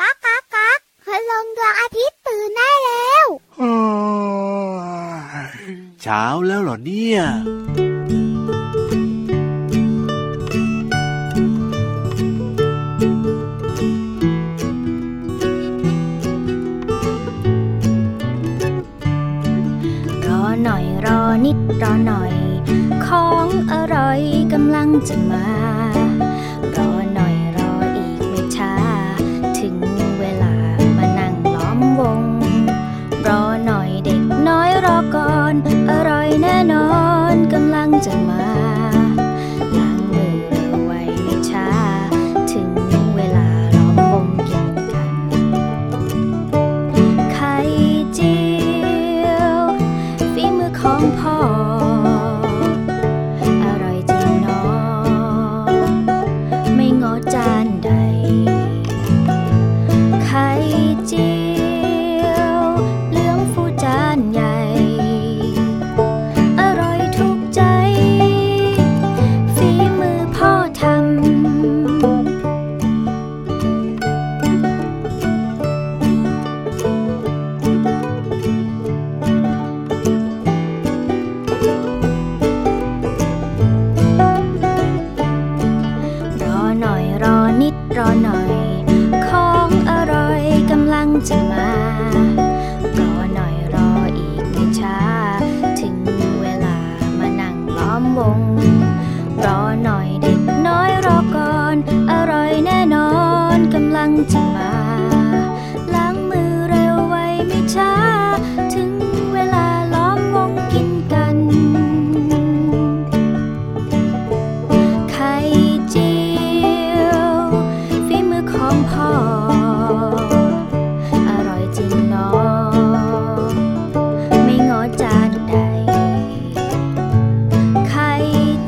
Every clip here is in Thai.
ก๊ากก๊ากก๊ากคืลงดวงอาทิตย์ตื่นได้แล้ว เช้าแล้วเหรอเนี่ย รอหน่อยรอนิดรอหน่อย ของอร่อยกำลังจะมา รอหน่อยรออีกไม่ช้า ถึงเวลามานั่งล้อมวง รอหน่อยเด็กน้อยรอก่อน อร่อยแน่นอนกำลังจะมาล้างมือเร็วไวไม่ช้า ถึงเวลาล้อมวงกินกัน ไข่เจียวฝีมือของพ่อ อร่อยจริงหนอไม่งอจานใด ไข่เจียวเหลืองฟูจานใหญ่ อร่อยถูกใจ ฝีมือพ่อทำ รอหน่อยรอนิดรอหน่อย ของอร่อยกำลังจะมา รอหน่อยรออีกไม่ช้า ถึงเวลามานั่งล้อมวง รอหน่อยเด็กน้อยรอก่อน อร่อยแน่นอนกำลังจะมา ล้างมือเร็วไวไม่ช้า ถึงเวลาล้อมวงกินกัน ไข่เจียวฝีมือของพ่อ อร่อยจริงหนอไม่งอจานใด ไข่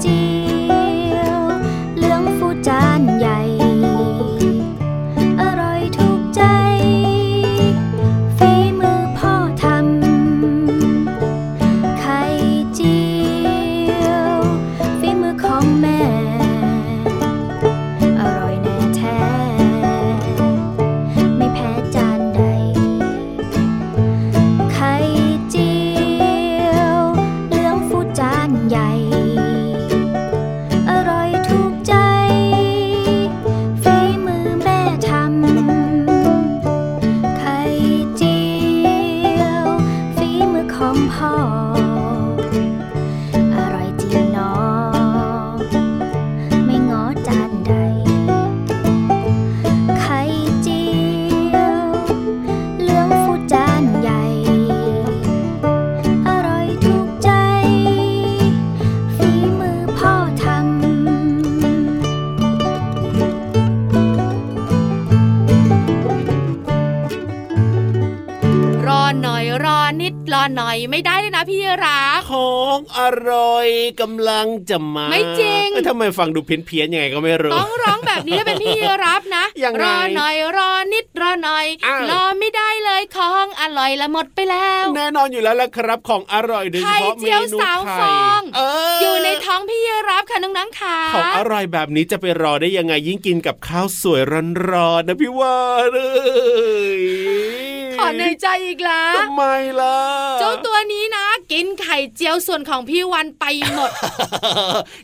เจียวเหลืองฟูจานใหญ่ อร่อยถูกใจฝีมือพ่อทำ ไข่เจียวฝีมือของแม่ อร่อยแน่แท้ ไม่แพ้จานใด ไข่เจียวเหลืองฟูจานใหญ่ อร่อยถูกใจฝีมือแม่ทำ ไข่เจียวฝีมือของพ่อ อร่อยจริงหนอไม่ง้อจานใด ไข่เจียวเหลืองฟูจานใหญ่ อร่อยถูกใจฝีมือพ่อทำ รอหน่อยรอนิดรอหน่อยไม่ได้เลยนะพี่รัก ของอร่อยกำลังจะมา ไม่จริง เอ้ยทำไมฟังดูเพี้ยนๆยังไงก็ไม่รู้ ต้องร้องแบบนี้เป็นพี่รับนะ ยังไง รอหน่อยรอนิดรอหน่อย อ้าว รอไม่ได้เลยของอร่อยละหมดไปแล้ว แน่นอนอยู่แล้วละครับของอร่อยโดยเฉพาะ ไข่ เม เจียว นู สามฟไข่อง เออ อ อ ยู่ในท้องพี่รับค่ะน้องๆค่ะ ของอร่อยแบบนี้จะไปรอได้ยังไงยิ่งกินกับข้าวสวยร้อนๆนะพี่วานเอ้ย ขอในใจอีกแล้ว ทำไมล่ะ เจ้าตัวนี้นะ กินไข่เจียวส่วนของพี่วันไปหม ด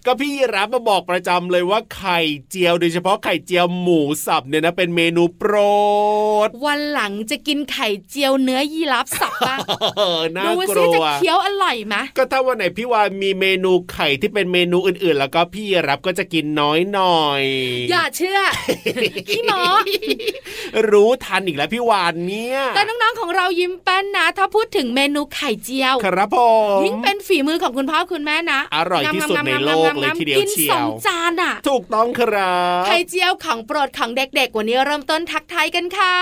ก็พี่รับมาบอกประจำเลยว่าไข่เจียวโดยเฉพาะไข่เจียวหมูสับเนี่ยนะเป็นเมนูโปรด วันหลังจะกินไข่เจียวเนื้อยีราฟสับบ้าง เออน่า ดู ก ซิ ลั จะ ว เคี้ยวอร่อยไหม ก็ถ้าวันไหนพี่วานมีเมนูไข่ที่เป็นเมนูอื่นๆ แล้วก็พี่รับก็จะกินน้อยหน่อย อย่าเชื่อ พี่หมอ รู้ทันอีกแล้วพี่วานเนี่ย แต่น้องๆของเรายิ้มแป้นนะ ถ้าพูดถึงเมนูไข่เจียว ครับผม ยิ่งเป็นฝีมือของคุณพ่อคุณแม่นะ อร่อยที่สุดในโลกเลยทีเดียว กิน เชี ส ย อง ว จานอ่ะ ถูกต้องครับ ไข่เจียวของโปรดของเด็กๆ วันนี้เริ่มต้นทักทายกันค่ะ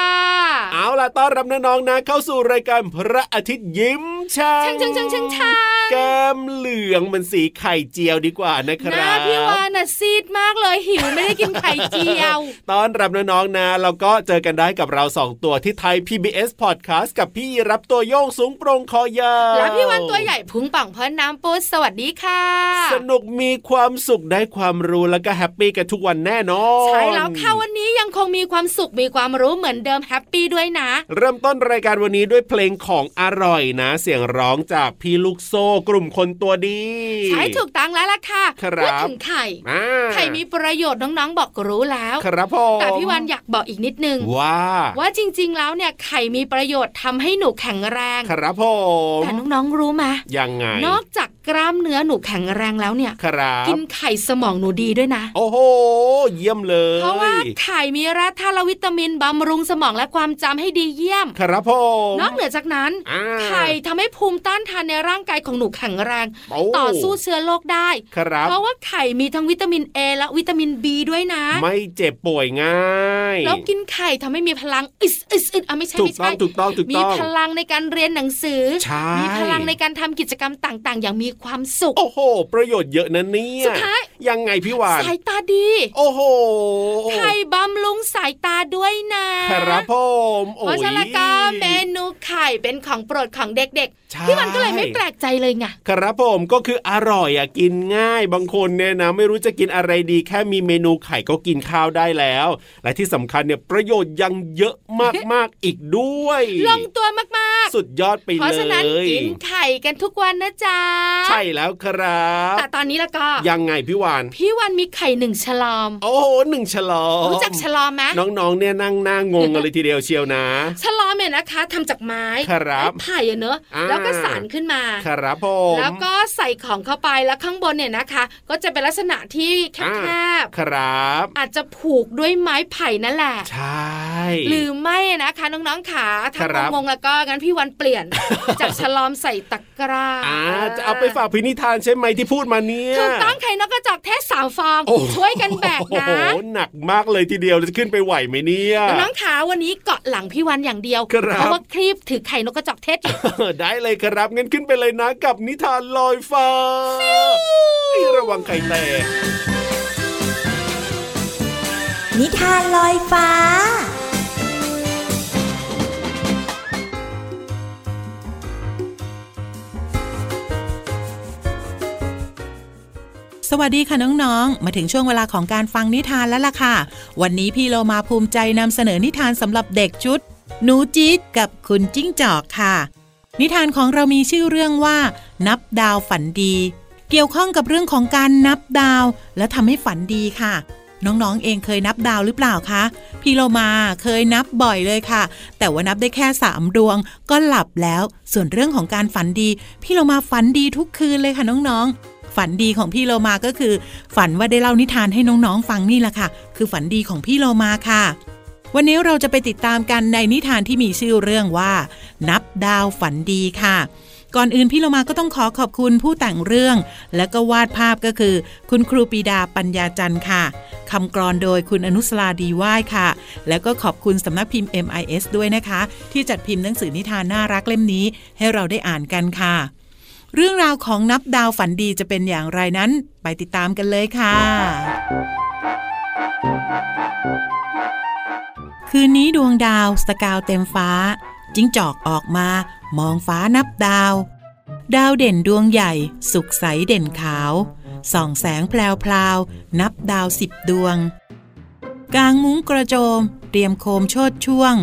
เอาล่ะต้อนรับน้องๆนะ เข้าสู่รายการพระอาทิตย์ยิ้มช่าง ชังชังชังชังชัง แก้มเหลืองเหมือนสีไข่เจียวดีกว่านะค ห รั น้า บ พี่วานน่ะซีดมากเลยหิวไม่ได้กินไข่เจียว ต้อนรับน้องๆนะแล้วก็เจอกันได้กับเราสองตัวที่ไทย PBS Podcast กับพี่รับตัวโยงสูงโปรงคอยาว แล้วพี่วานตัวใหญ่พุงป่องพอน้ำปูดสวัสดีค่ะ สนุกมีความสุขได้ความรู้แล้วก็แฮปปี้กันทุกวันแน่นอน ใช่แล้วค่ะวันนี้ยังคงมีความสุขมีความรู้เหมือนเดิมแฮปปี้ด้วยนะ เริ่มต้นรายการวันนี้ด้วยเพลงของอร่อยนะ เสียงร้องจากพี่ลูกโซ่กลุ่มคนตัวดี ใช้ถูกตังแล้วล่ะค่ะ ครัพูบดถึงไข่ อ่า ไข่มีประโยชน์น้องๆบอกรู้แล้ว ครับผม แต่พี่วันอยากบอกอีกนิดนึง ว่า ว่าจริงๆแล้วเนี่ยไข่มีประโยชน์ทำให้หนูแข็งแรง ครับผม แต่น้องๆรู้ไหม ยังไง นอกจากกล้ามเนื้อหนูแข็งแรงแล้วเนี่ย ครับ กินไข่สมองหนูดีด้วยนะ โอ้โห เยี่ยมเลย เพราะว่าไข่มีแร่ธาตุและวิตามินบำรุงสมองและความจำให้ดีเยี่ยม ครับผม นอกเหนือจากนั้น อ่า ไข่ทำให้ภูมิต้านทานในร่างกายของหนูแข็งแรง โอ้ ต่อสู้เชื้อโรคได้ ครับ เพราะว่าไข่มีทั้งวิตามิน A และวิตามิน B ด้วยนะ ไม่เจ็บป่วยง่าย แล้วกินไข่ทำให้มีพลังอึดอึดอึดอ่ะไม่ใช่ ถูก ไม่ ต้อ ใช่ งถูกต้องถูก มี ต้อง พลังในการเรียนหนังสือ ใช่ มีพลังในการทำกิจกรรมต่างๆ อย่างมีความสุข โอ้โห ประโยชน์เยอะนะเนี่ย สุดท้าย ยังไงพี่วาน สายตาดี โอ้โห ไข่บำรุงสายตาด้วยนะครับ ผมโอ้ เพราะ ย ฉะนั้นก็เมนูไข่เป็นของโปรดของเด็ก ใช่ ๆพี่วันก็เลยไม่แปลกใจเลยไง ครับผมก็คืออร่อยอ่ะกินง่ายบางคนเนี่ยนะ ไม่รู้จะกินอะไรดี แค่มีเมนูไข่ก็กินข้าวได้แล้ว และที่สำคัญเนี่ยประโยชน์ยังเยอะมากๆอีกด้วย ลงตัวมาก สุดยอดไป ๆ เพ เลย ราะฉะนั้นกินไข่กันทุกวันนะจ๊ะ ใช่แล้วครับ แต่ตอนนี้แล้วก็ ยังไงพี่วาน พี่วันมีไข่หนึ่งฉลอม โอ้โหหนึ่งฉลอม รู้จักฉลอมไหม น้องๆเนี่ยนั่งหน้างงกันเลยทีเดียวเชียวนะ ฉลอมเนี่ยนะคะทำจากไม้ ครับ ไม้ไผ่อะเนอะ อ่า แล้วก็สารขึ้นมา ครับผม แล้วก็ใส่ของเข้าไปแล้วข้างบนเนี่ยนะคะ ก็จะเป็นลักษณะที่แค อ่า บ ครับ ๆอาจจะผูกด้วยไม้ไผ่นั่นแหละ ใช่ หรือไม่นะคะน้องๆขาถ้า ครับ งงๆแล้วก็งั้นพี่วันเป ลี่ยน จากฉลอมใส่ตะกร้า อ่าจะเอาไปฝากพินิธานใช่ไหมที่พูดมาเนี่ย ถูกต้องไข่นกกระจอกแท้สาวฟอง โอ้โห ช่วยกันแบก โอ้ นะ โหหนักมากเลยทีเดียวจะขึ้นไปไหวไหมเนี่ย น้องๆขาวันนี้เกาะหลังพี่วันอย่างเดียว ครับ เพราะว่าครีบถือไข่นกกระจอกเทศอยู่ ได้เลยครับงั้นขึ้นไปเลยนะกับนิทานลอยฟ้าระวังไข่แตก นิทานลอยฟ้า สวัสดีค่ะน้องๆ มาถึงช่วงเวลาของการฟังนิทานแล้วล่ะค่ะ วันนี้พี่โลมาภูมิใจนำเสนอนิทานสำหรับเด็กชุด หนูจี๊ดกับคุณจิ้งจอกค่ะ นิทานของเรามีชื่อเรื่องว่า นับดาวฝันดี เกี่ยวข้องกับเรื่องของการนับดาว และทำให้ฝันดีค่ะ น้องๆ เองเคยนับดาวหรือเปล่าคะพี่โลมาเคยนับบ่อยเลยค่ะ แต่ว่านับได้แค่สามดวง ก็หลับแล้ว ส่วนเรื่องของการฝันดีพี่โลมาฝันดีทุกคืนเลยค่ะน้องๆ ฝันดีของพี่โลมาก็คือ ฝันว่าได้เล่านิทานให้น้องๆ ฟังนี่แหละค่ะ คือฝันดีของพี่โลมาค่ะ วันนี้เราจะไปติดตามกันในนิทานที่มีชื่อเรื่องว่า นับดาวฝันดีค่ะ ก่อนอื่นพี่โลมาก็ต้องขอขอบคุณผู้แต่งเรื่อง และก็วาดภาพก็คือ คุณครูปีดาปัญญาจันทร์ค่ะคำกรอนโดยคุณอนุสราดีว่ายค่ะ แล้วก็ขอบคุณสำนักพิมพ์ MIS ด้วยนะคะ ที่จัดพิมพ์หนังสือนิทานน่ารักเล่มนี้ ให้เราได้อ่านกันค่ะ เรื่องราวของนับดาวฝันดีจะเป็นอย่างไรนั้น ไปติดตามกันเลยค่ะ คืนนี้ดวงดาวสกาวเต็มฟ้า จิ้งจอกออกมา มองฟ้านับดาว ดาวเด่นดวงใหญ่ สุขใสเด่นขาว ส่องแสงแพลวๆ นับดาวสิบดวง กลางมุ้งกระโจม เตรียมโคมโชดช่วง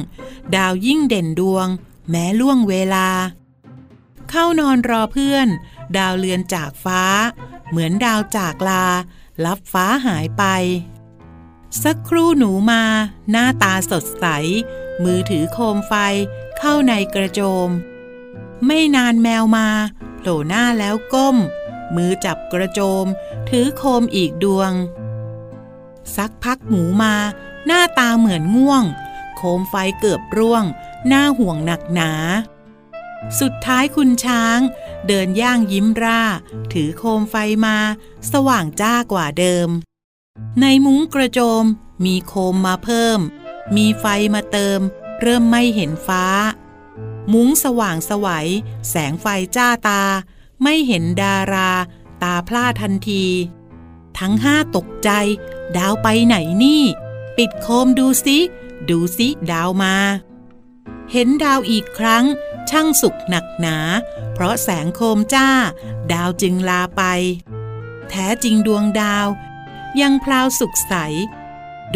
ดาวยิ่งเด่นดวง แม้ล่วงเวลา เข้านอนรอเพื่อน ดาวเลือนจากฟ้า เหมือนดาวจากลา ลับฟ้าหายไป สักครู่หนูมา หน้าตาสดใส มือถือโคมไฟ เข้าในกระโจม ไม่นานแมวมาโผล่หน้าแล้วก้ม มือจับกระโจม ถือโคมอีกดวง สักพักหมูมา หน้าตาเหมือนง่วง โคมไฟเกือบร่วง หน้าห่วงหนักหนา สุดท้ายคุณช้าง เดินย่างยิ้มร่า ถือโคมไฟมา สว่างจ้ากว่าเดิม ในมุ้งกระโจม มีโคมมาเพิ่ม มีไฟมาเติม เริ่มไม่เห็นฟ้า มุ้งสว่างสวัย แสงไฟจ้าตา ไม่เห็นดารา ตาพร่าทันที ทั้งห้าตกใจ ดาวไปไหนนี่ ปิดโคมดูสิดูสิดาวมา เห็นดาวอีกครั้ง ช่างสุขหนักหนา เพราะแสงโคมจ้า ดาวจึงลาไป แท้จริงดวงดาว ยังพลาวสุขใส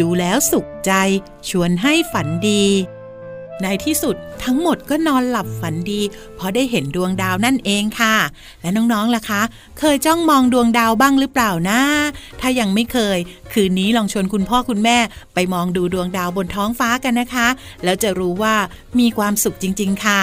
ดูแล้วสุขใจชวนให้ฝันดี ในที่สุดทั้งหมดก็นอนหลับฝันดี เพราะได้เห็นดวงดาวนั่นเองค่ะ และน้องๆล่ะคะ เคยจ้องมองดวงดาวบ้างหรือเปล่านะ ถ้ายังไม่เคย คืนนี้ลองชวนคุณพ่อคุณแม่ ไปมองดูดวงดาวบนท้องฟ้ากันนะคะ แล้วจะรู้ว่ามีความสุขจริง ๆ ค่ะ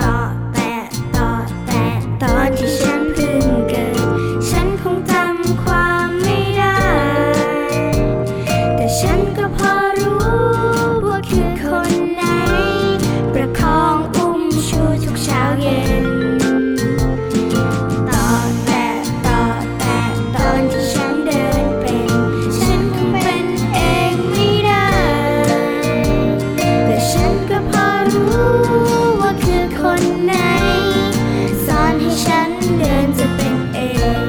ต่อแต่ต่อแต่ตอนที่ฉันเพิ่งเกิด ฉันคงจำความไม่ได้ แต่ฉันก็พอรู้ว่าคือคนไหน ประคองอุ้มชูทุกเช้าเย็น ต่อแต่ต่อแต่ตอนที่ฉันเดินเป็น ฉันคงเป็นเองไม่ได้ แต่ฉันก็พอรู้ว่าคือคนไหนสอนให้ฉันเดินจะเป็นเอง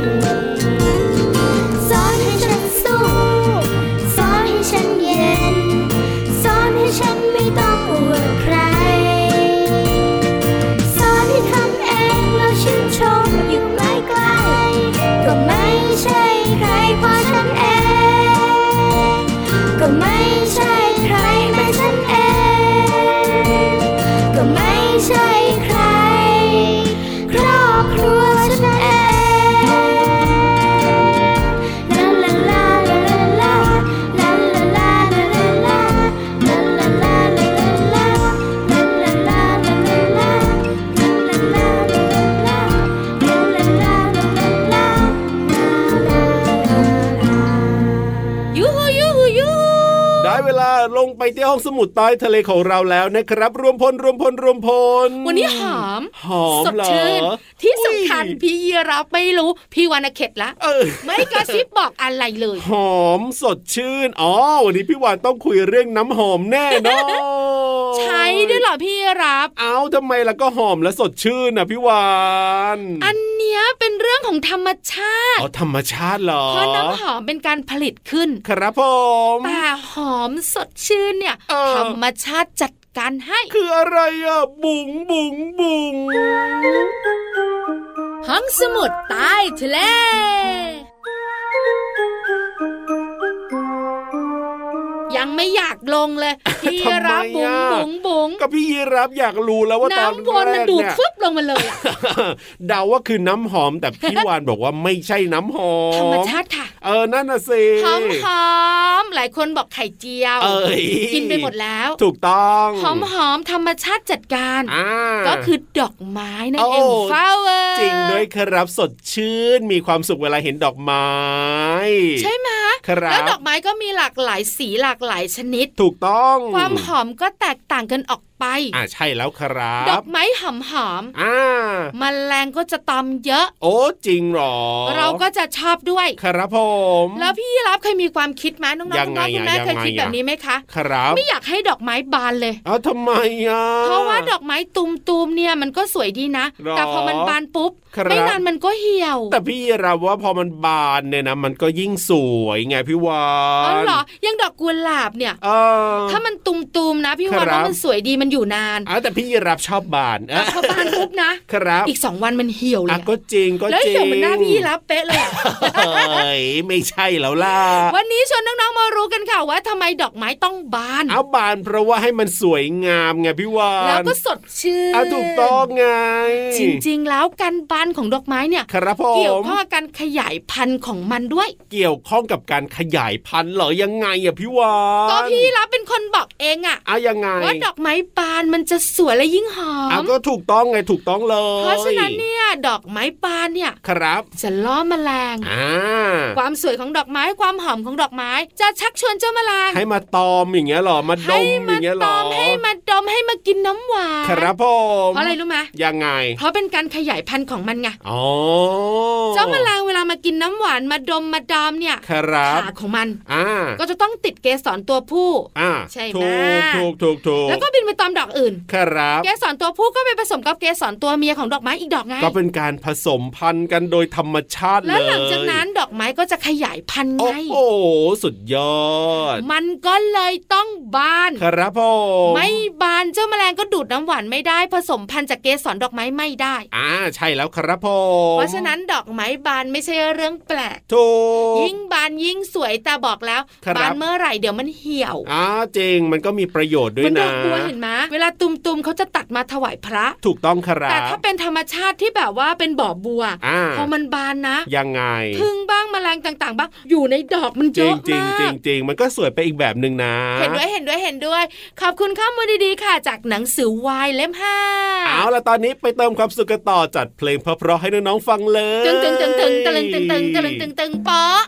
สอนให้ฉันสู้ สอนให้ฉันเย็น สอนให้ฉันไม่ต้องอวดใคร สอนให้ทำเองแล้วชื่นชมอยู่ใกล้ๆก็ไม่ใช่ใครเพราะฉันเอง ก็ไม่ใช่ใครแม้ฉันเอง ก็ไม่ใช่ใคร ครอบครัวฉันเอง ลาลาลาลาลาลาลาลาลาลาลาลาลาลาลา ยูฮูยูฮูยูฮู ได้เวลาลงไปที่ห้องสมุดใต้ทะเลของเราแล้วนะครับ รวมพลรวมพลรวมพล วันนี้หอม หอม สด เหรอ ชื่น ที่สำคัญ อุ้ย พี่ยีรับไม่รู้ พี่วานาเข็ดละ เออ ไม่กระซิบบอกอะไรเลย หอมสดชื่น อ๋อ วันนี้พี่วานต้องคุยเรื่องน้ำหอมแน่นอน ใช้ด้วยเหรอพี่รับ เอาทำไมล่ะก็หอมและสดชื่นนะพี่วาน อันเนี้ยเป็นเรื่องของธรรมชาติ อ๋อธรรมชาติเหรอ เพราะน้ำหอมเป็นการผลิตขึ้น ครับผม แต่หอมสดชื่นเนี่ย เออ ธรรมชาติจัดการให้ คืออะไรอ่ะ บุ๋งบุ๋งบุ๋ง ห้องสมุดใต้ทะเล ยังไม่อยากลงเลย พี่รับบุ๋งบุ๋งบุ๋ง ก็พี่ยีรับอยากรู้แล้วว่าตอน น้ำวน แร มัน ก ดูด เนี่ย ฟึบลงมาเลยอะ เดาว่าคือน้ำหอมแต่พี่วานบอกว่าไม่ใช่น้ำหอม ธรรมชาติค่ะ เออนั่นน่ะสิ หอมหอมหลายคนบอกไข่เจียว เอ้ย กินไปหมดแล้ว ถูกต้อง หอมหอมธรรมชาติจัดการ อ่า ก็คือดอกไม้นั่นเอง โอ้ ฟลาเวอร์ จริงด้วยครับสดชื่นมีความสุขเวลาเห็นดอกไม้ ใช่ไหม ครับ แล้วดอกไม้ก็มีหลากหลายสีหลากหลายชนิด ถูกต้อง ความหอมก็แตกต่างกันออกไป อ่าใช่แล้วครั ดอบ กไม้หอมหอม อ่า ๆแมลงก็จะตอมเยอะ โอ้จริงเหรอ เราก็จะชอบด้วย ครับผม แล้วพี่รับเคยมีความคิดไหมน้องๆ ยัง คุณ ไง พ่อ อะ คุณแม่เคย ยังไง คิดแบบ อะ นี้ไหมคะ ครับ ไม่อยากให้ดอกไม้บานเลย เอ้าทำไมอ่ะ เพราะว่าดอกไม้ตุมๆเนี่ยมันก็สวยดีนะ หรอ แต่พอมันบานปุ๊บ ครับ ไม่นานมันก็เหี่ยว แต่พี่รับว่าพอมันบานเนี่ยนะมันก็ยิ่งสวยไงพี่วา อ๋อน เหรอยังดอกกุหลาบเนี่ย เออ ถ้ามันตุมๆนะพี่วาน ครั ว่า บ มันสวยดีมันอยู่นาน อ่ะแต่พี่รับชอบบาน แต่พอบานปุ๊บนะครับ อีกสองวันมันเหี่ยวเล อ่ะ ย ก็จริงก็ แล้ว จริง เหี่ยวเหมันหน้าพี่รับเป๊ะเลยอะ เอ้ยไม่ใช่แล้วล่ะ วันนี้ชวนน้องๆมารู้กันค่ะว่าทำไมดอกไม้ต้องบาน เอาบานเพราะว่าให้มันสวยงามไงพี่วาน แล้วก็สดชื่น อ่ะถูกต้องไง จริงๆ แล้วการบานของดอกไม้เนี่ย ครับผม เกี่ยวข้องกับการขยายพันธุ์ของมันด้วย เกี่ยวข้องกับการขยายพันธุ์เหรอยังไงอ่ะพี่วาน ก็พี่รับเป็นคนบอกเองอะ อ่ะยังไง ว่าดอกไม้ ปานมันจะสวยและยิ่งหอ เอา ม ก็ถูกต้องไงถูกต้องเลย เพราะฉะนั้นเนี่ยดอกไม้ปานเนี่ย ครับ จะล่อแมลง อ่า ความสวยของดอกไม้ความหอมของดอกไม้ จะชักชวนเจ้าแมลง ให้มาตอมอย่างเงี้ยเหรอ มาดมอ มา ย่างเงี้ยเห ต รอ อมให้มาดมให้มากินน้ำหวาน ครับผม เพราะอะไรรู้ไหม ยังไง เพราะเป็นการขยายพันธุ์ของมันไง อ๋อ เจ้าแมลงเวลามากินน้ำหวานมาดมมาดามเนี่ย ครับ ขาของมัน อ่า ก็จะต้องติดเกสรตัวผู้ อ่า ใช่ไหม ถูกถูกถูกถูก แล้วก็บินไปตอมดอกอื่น ครับ เกสรตัวผู้ก็ไปผสมกับเกสรตัวเมียของดอกไม้อีกดอกไง ก็เป็นการผสมพันธุ์กันโดยธรรมชาติเลย แล้วหลังจากนั้นดอกไม้ก็จะขยายพันธุ์ โอ้ ไง โหสุดยอด มันก็เลยต้องบาน ครับผม ไม่บานเจ้าแมลงก็ดูดน้ำหวานไม่ได้ ผสมพันธุ์จากเกสรดอกไม้ไม่ได้ อ่าใช่แล้วครับผม เพราะฉะนั้นดอกไม้บานไม่ใช่เรื่องแปลก ถูก ยิ่งบานยิ่งสวยแต่บอกแล้ว ครับ บานเมื่อไหร่เดี๋ยวมันเหี่ยว อ่าจริงมันก็มีประโยชน์ด้ว มั ย นดอ นะ กบัวเห็นไหมเวลาตุ่มๆเขาจะตัดมาถวายพระ ถูกต้องครับ แต่ถ้าเป็นธรรมชาติที่แบบว่าเป็นบ่อบัว อ่า พอมันบานนะ ยังไง พึ่งบ้างแมลงต่าง ๆ บ้างอยู่ในดอกมัน จ เย ริง อะ จริง มา จริ ก งจริงมันก็สวยไปอีกแบบหนึ่งนะ เห็นด้วยเห็นด้วยเห็นด้วย ขอบคุณข้อมูลดีๆค่ะ จากหนังสือวายเล่มห้า เอาล่ะตอนนี้ไปเติมความสุขกันต่อจัดเพลงเพราะๆให้น้องๆฟังเลย ตึงตึงตึงตึงตะลึงตึงตึงตะลึงตึงตึงเปาะ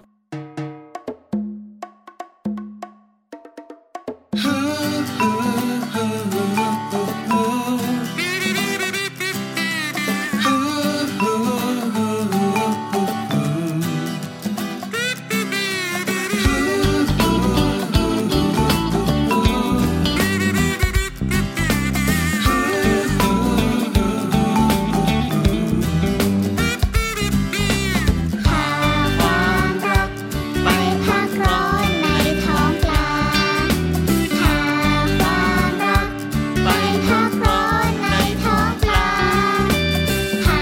พาความรักไปพักร้อนในท้องปลาพาความรักไปพักร้อนในท้องปลาพา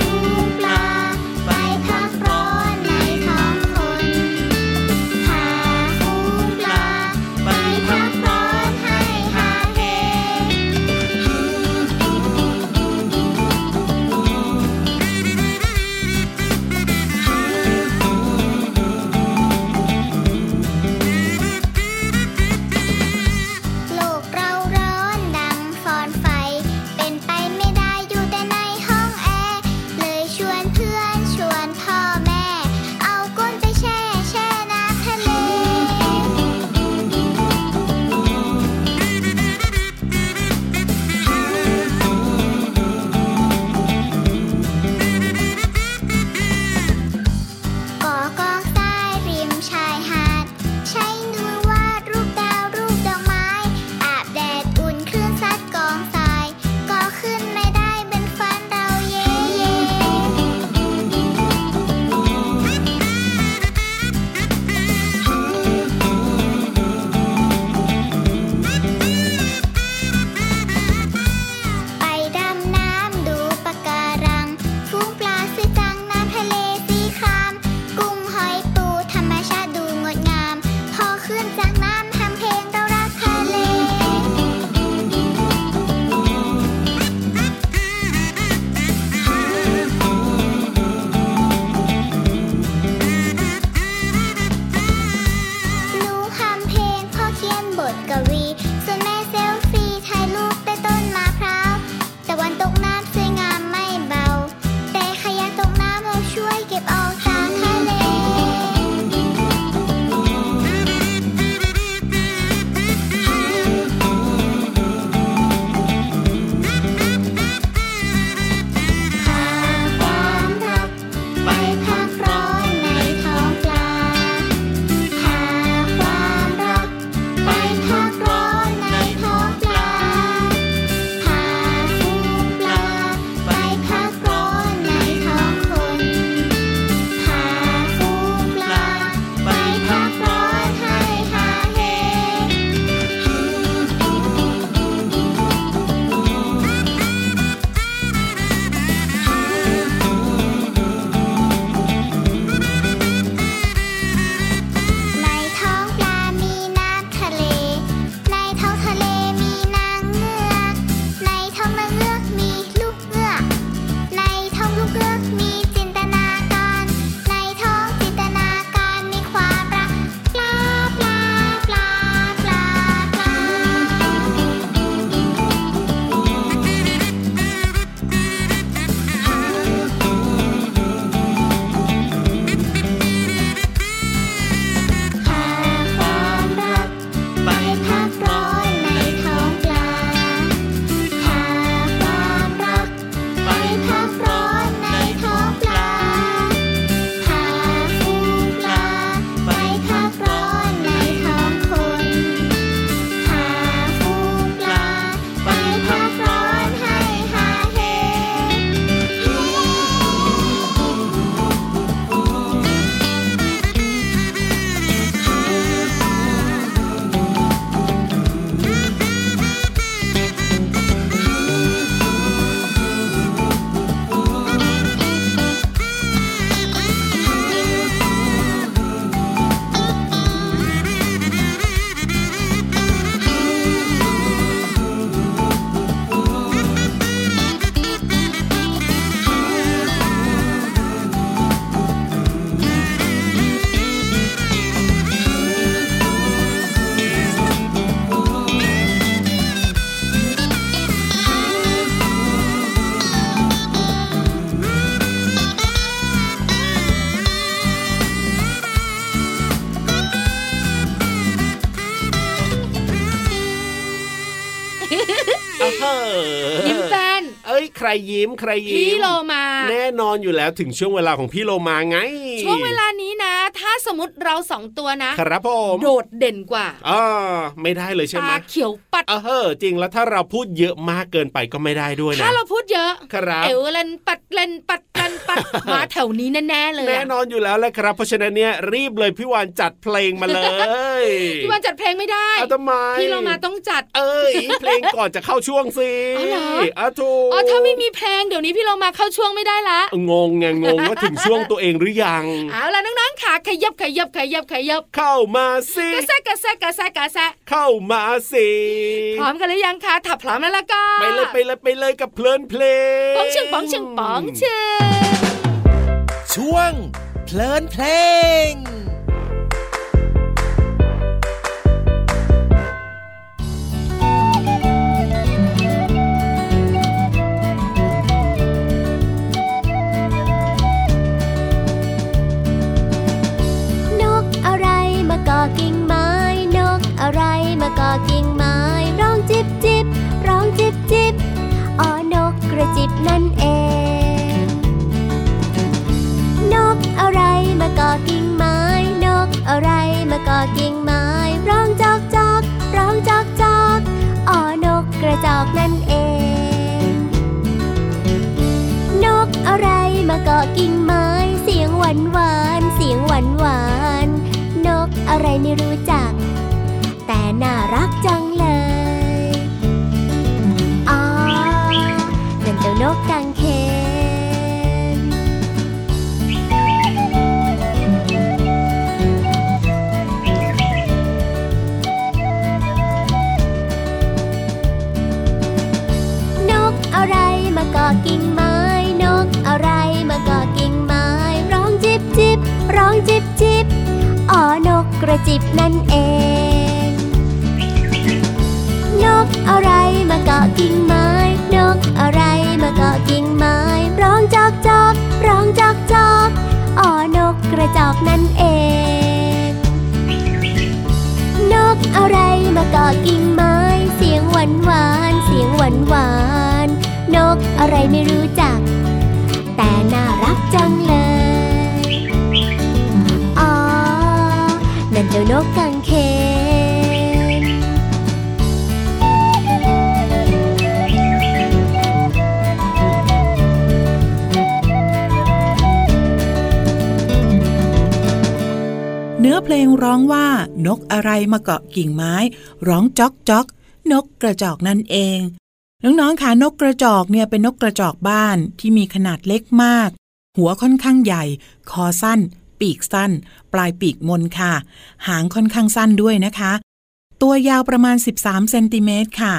ผู้ปลาไปพักร้อนในท้องคนพาผู้ปลาไปพักร้อนให้หาเฮ โลกเราร้อนดังฟอนไฟ เป็นไปไม่ได้อยู่แต่ในห้องแอร์ เลยชวนเพื่อนชวนพ่อแม่ เอาก้นไปแช่แช่น้ำทะเล ก่อกองใต้ริมชายหาด ใช้มือวาดรูปดาวรูปดอกไม้ อาบแดดอุ่นคลื่นซัดกองทรายก่อขึ้นไม่ได้เป็นฝันเราเย่เย่ไปดำน้ำดูปะการังฟูงปลาสีจังน้ำทะเลสีคราม กุ้งหอยปูธรรมชาติดูงดงาม พอขึ้นจากน้ำทำเพลงเรารักทะเล หนูทำเพลงพ่อเขียนบทกวี ส่วนแม่เซลฟี่ถ่ายรูปใต้ต้นมะพร้าว แต่วันตกน้ำสวยงามไม่เบา แต่ขยะตกน้ำเราช่วยเก็บออกจากทะเล พาความรักไปพักร้อนในท้องปลา พาความรักไปพักร้อนในท้องปลา พาฟูปลาไป ใครยิ้มใครยิ้ม พี่โลมา แน่นอนอยู่แล้วถึงช่วงเวลาของพี่โลมาไง ช่วงเวลานี้นะ ถ้าสมมติเราสองตัวนะครับ ผม โดดเด่นกว่า อ่าไม่ได้เลยใช่ไหม ตาเขียวปัด เออเฮ้อจริงแล้วถ้าเราพูดเยอะมากเกินไปก็ไม่ได้ด้วยนะ ถ้าเราพูดเยอะ ครับ เอวเลนปัดเลนปัดเลนปั ด มาแถวนี้แน่ๆเลย แน่ อะ นอนอยู่แล้วแหละครับ เพราะฉะนั้นเนี่ยรีบเลยพี่วานจัดเพลงมาเลย พี่วันจัดเพลงไม่ได้ เอาทำไม พี่เรามาต้องจัด เอ้ยเพลงก่อนจะเข้าช่วงสิ อ๋อเหรอ อ่ะถูก อ๋อถ้าไม่มีเพลงเดี๋ยวนี้พี่เรามาเข้าช่วงไม่ได้ละ งงไงงงว่าถึงช่วงตัวเองหรือยัง เอาล่ะน้องๆค่ะขยับขยับขยับขยับ เข้ามาสิ กระแซะกระแซะกระแซะกระแซะ เข้ามาสิ พร้อมกันหรือยังคะถ้าพร้อมแล้วละก็ ไปเลยไปเลยไปเลยกับเพลินเพลง ป๋องเชิงป๋องเชิงป๋องเชิง ช่วงเพลินเพลง นกอะไรมาเกาะกิ่งไม้ นกอะไรมาเกาะกิ่งไม้ ร้องจิบจิบร้องจิบจิบอ๋อนกกระจิบนั่นเอง นกอะไรมาเกาะกิ่งไม้ นกอะไรมาเกาะกิ่งไม้ ร้องจอกจอกร้องจอกจอกอ๋อนกกระจอกนั่นเอง นกอะไรมาเกาะกิ่งไม้ เสียงหวานหวานๆเสียงหวานหวานๆนกอะไรไม่รู้จัก แต่น่ารักจังเลยอ๋อนั่นเจ้านกกังเขนนกอะไรมาเกาะกิ่งไม้ นกอะไรมาเกาะกิ่งไม้ ร้องจิบจิบร้องจิบจิบอ๋อนกกระจิบนั่นเอง นกอะไรมาเกาะกิ่งไม้ นกอะไรมาเกาะกิ่งไม้ ร้องจอกจอกร้องจอกจอกอ๋อนกกระจอกนั่นเอง นกอะไรมาเกาะกิ่งไม้ เสียงหวานหวานๆเสียงหวานหวานๆนกอะไรไม่รู้จัก แต่น่ารักจังเลย อ๋อ นั่นเจ้านกกังเขน เนื้อเพลงร้องว่านกอะไรมาเกาะกิ่งไม้ ร้องจ๊อกจ๊อกนกกระจอกนั่นเอง น้องๆค่ะนกกระจอกเนี่ยเป็นนกกระจอกบ้านที่มีขนาดเล็กมาก หัวค่อนข้างใหญ่ คอสั้น ปีกสั้น ปลายปีกมนค่ะ หางค่อนข้างสั้นด้วยนะคะ ตัวยาวประมาณ 13เซนติเมตรค่ะ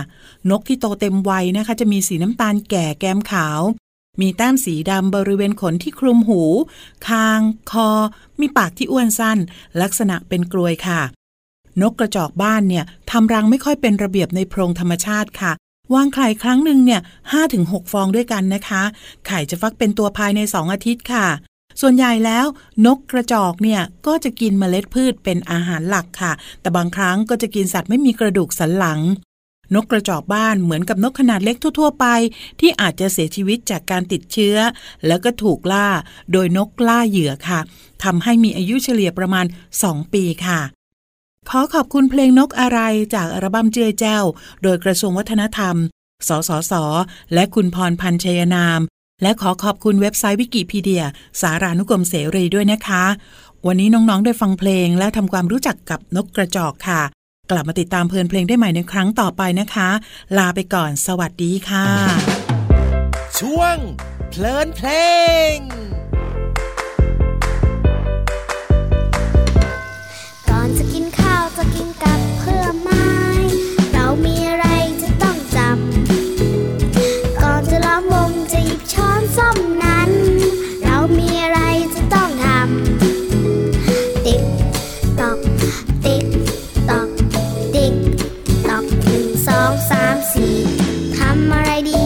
นกที่โตเต็มวัยนะคะ จะมีสีน้ำตาลแก่แก้มขาว มีแต้มสีดำบริเวณขนที่คลุมหู คาง คอ มีปากที่อ้วนสั้น ลักษณะเป็นกลวยค่ะ นกกระจอกบ้านเนี่ยทำรังไม่ค่อยเป็นระเบียบในโพรงธรรมชาติค่ะ วางไข่ครั้งหนึ่งเนี่ยห้าถึงหกฟองด้วยกันนะคะ ไข่จะฟักเป็นตัวภายในสองอาทิตย์ค่ะ ส่วนใหญ่แล้วนกกระจอกเนี่ยก็จะกินเมล็ดพืชเป็นอาหารหลักค่ะ แต่บางครั้งก็จะกินสัตว์ไม่มีกระดูกสันหลัง นกกระจอกบ้านเหมือนกับนกขนาดเล็กทั่ว ๆ ไป ที่อาจจะเสียชีวิตจากการติดเชื้อ แล้วก็ถูกล่า โดยนกล่าเหยื่อค่ะทำให้มีอายุเฉลี่ยประมาณ 2 ปีค่ะ ขอขอบคุณเพลงนกอะไรจากอัลบั้มเจือแจ้ว โดยกระทรวงวัฒนธรรม สสส และคุณพรพันธ์ชัยนาม และขอขอบคุณเว็บไซต์วิกิพีเดีย สารานุกรมเสรีด้วยนะคะ วันนี้น้องๆได้ฟังเพลงและทำความรู้จักกับนกกระจอกค่ะ กลับมาติดตามเพลินเพลงได้ใหม่ในครั้งต่อไปนะคะ ลาไปก่อนสวัสดีค่ะ ช่วงเพลินเพลง ก่อนจะกินข้าวจะกินกับเพื่อไม้ เรามีอะไรจะต้องจำ ก่อนจะล้อมวงจะหยิบช้อนส้อมนั้น เรามีอะไรจะต้องทำ ติ๊กตอก ติ๊กตอก ติ๊กตอกหนึ่งสองสามสี่ทำอะไรดี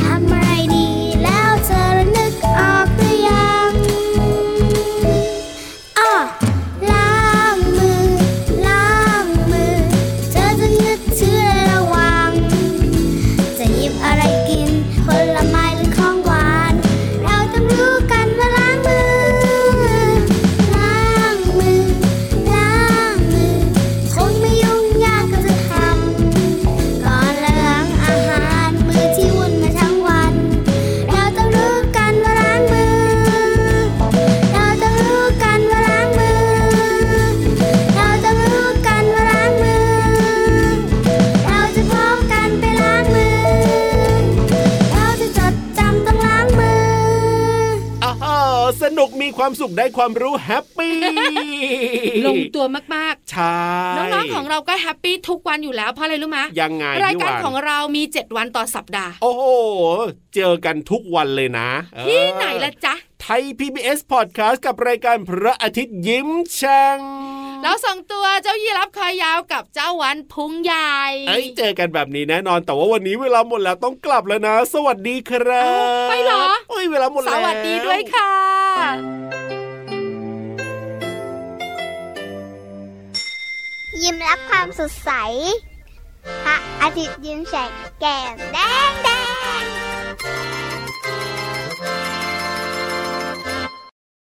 ทำอะไรดีแล้วเธอระนึกออกไหม นุกมีความสุขได้ความรู้แฮปปี้ ลงตัวมาก ใช่ ๆ น้องๆของเราก็แฮปปี้ทุกวันอยู่แล้วเพราะอะไรรู้มะ ยังไง รายการ พี่วน ของเรามี 7 วันต่อสัปดาห์ โอ้โห เจอกันทุกวันเลยนะ ที่ เออ ไหนล่ะจ๊ะ ไทย PBS Podcast กับรายการพระอาทิตย์ยิ้มแช่ง แล้วสองตัวเจ้ายีรับคอยาวกับเจ้าวันพุงใหญ่ เอ้ยเจอกันแบบนี้แน่นอน แต่ว่าวันนี้เวลาหมดแล้วต้องกลับแล้วนะ สวัสดีครับ าไปเหรอ โอ้ยเวลาหมด ส แล้ว วัสดีด้วยค่ะ ยิ้มรับความสดใสพระอาทิตย์ยิ้มแฉกแก้มแดงแดง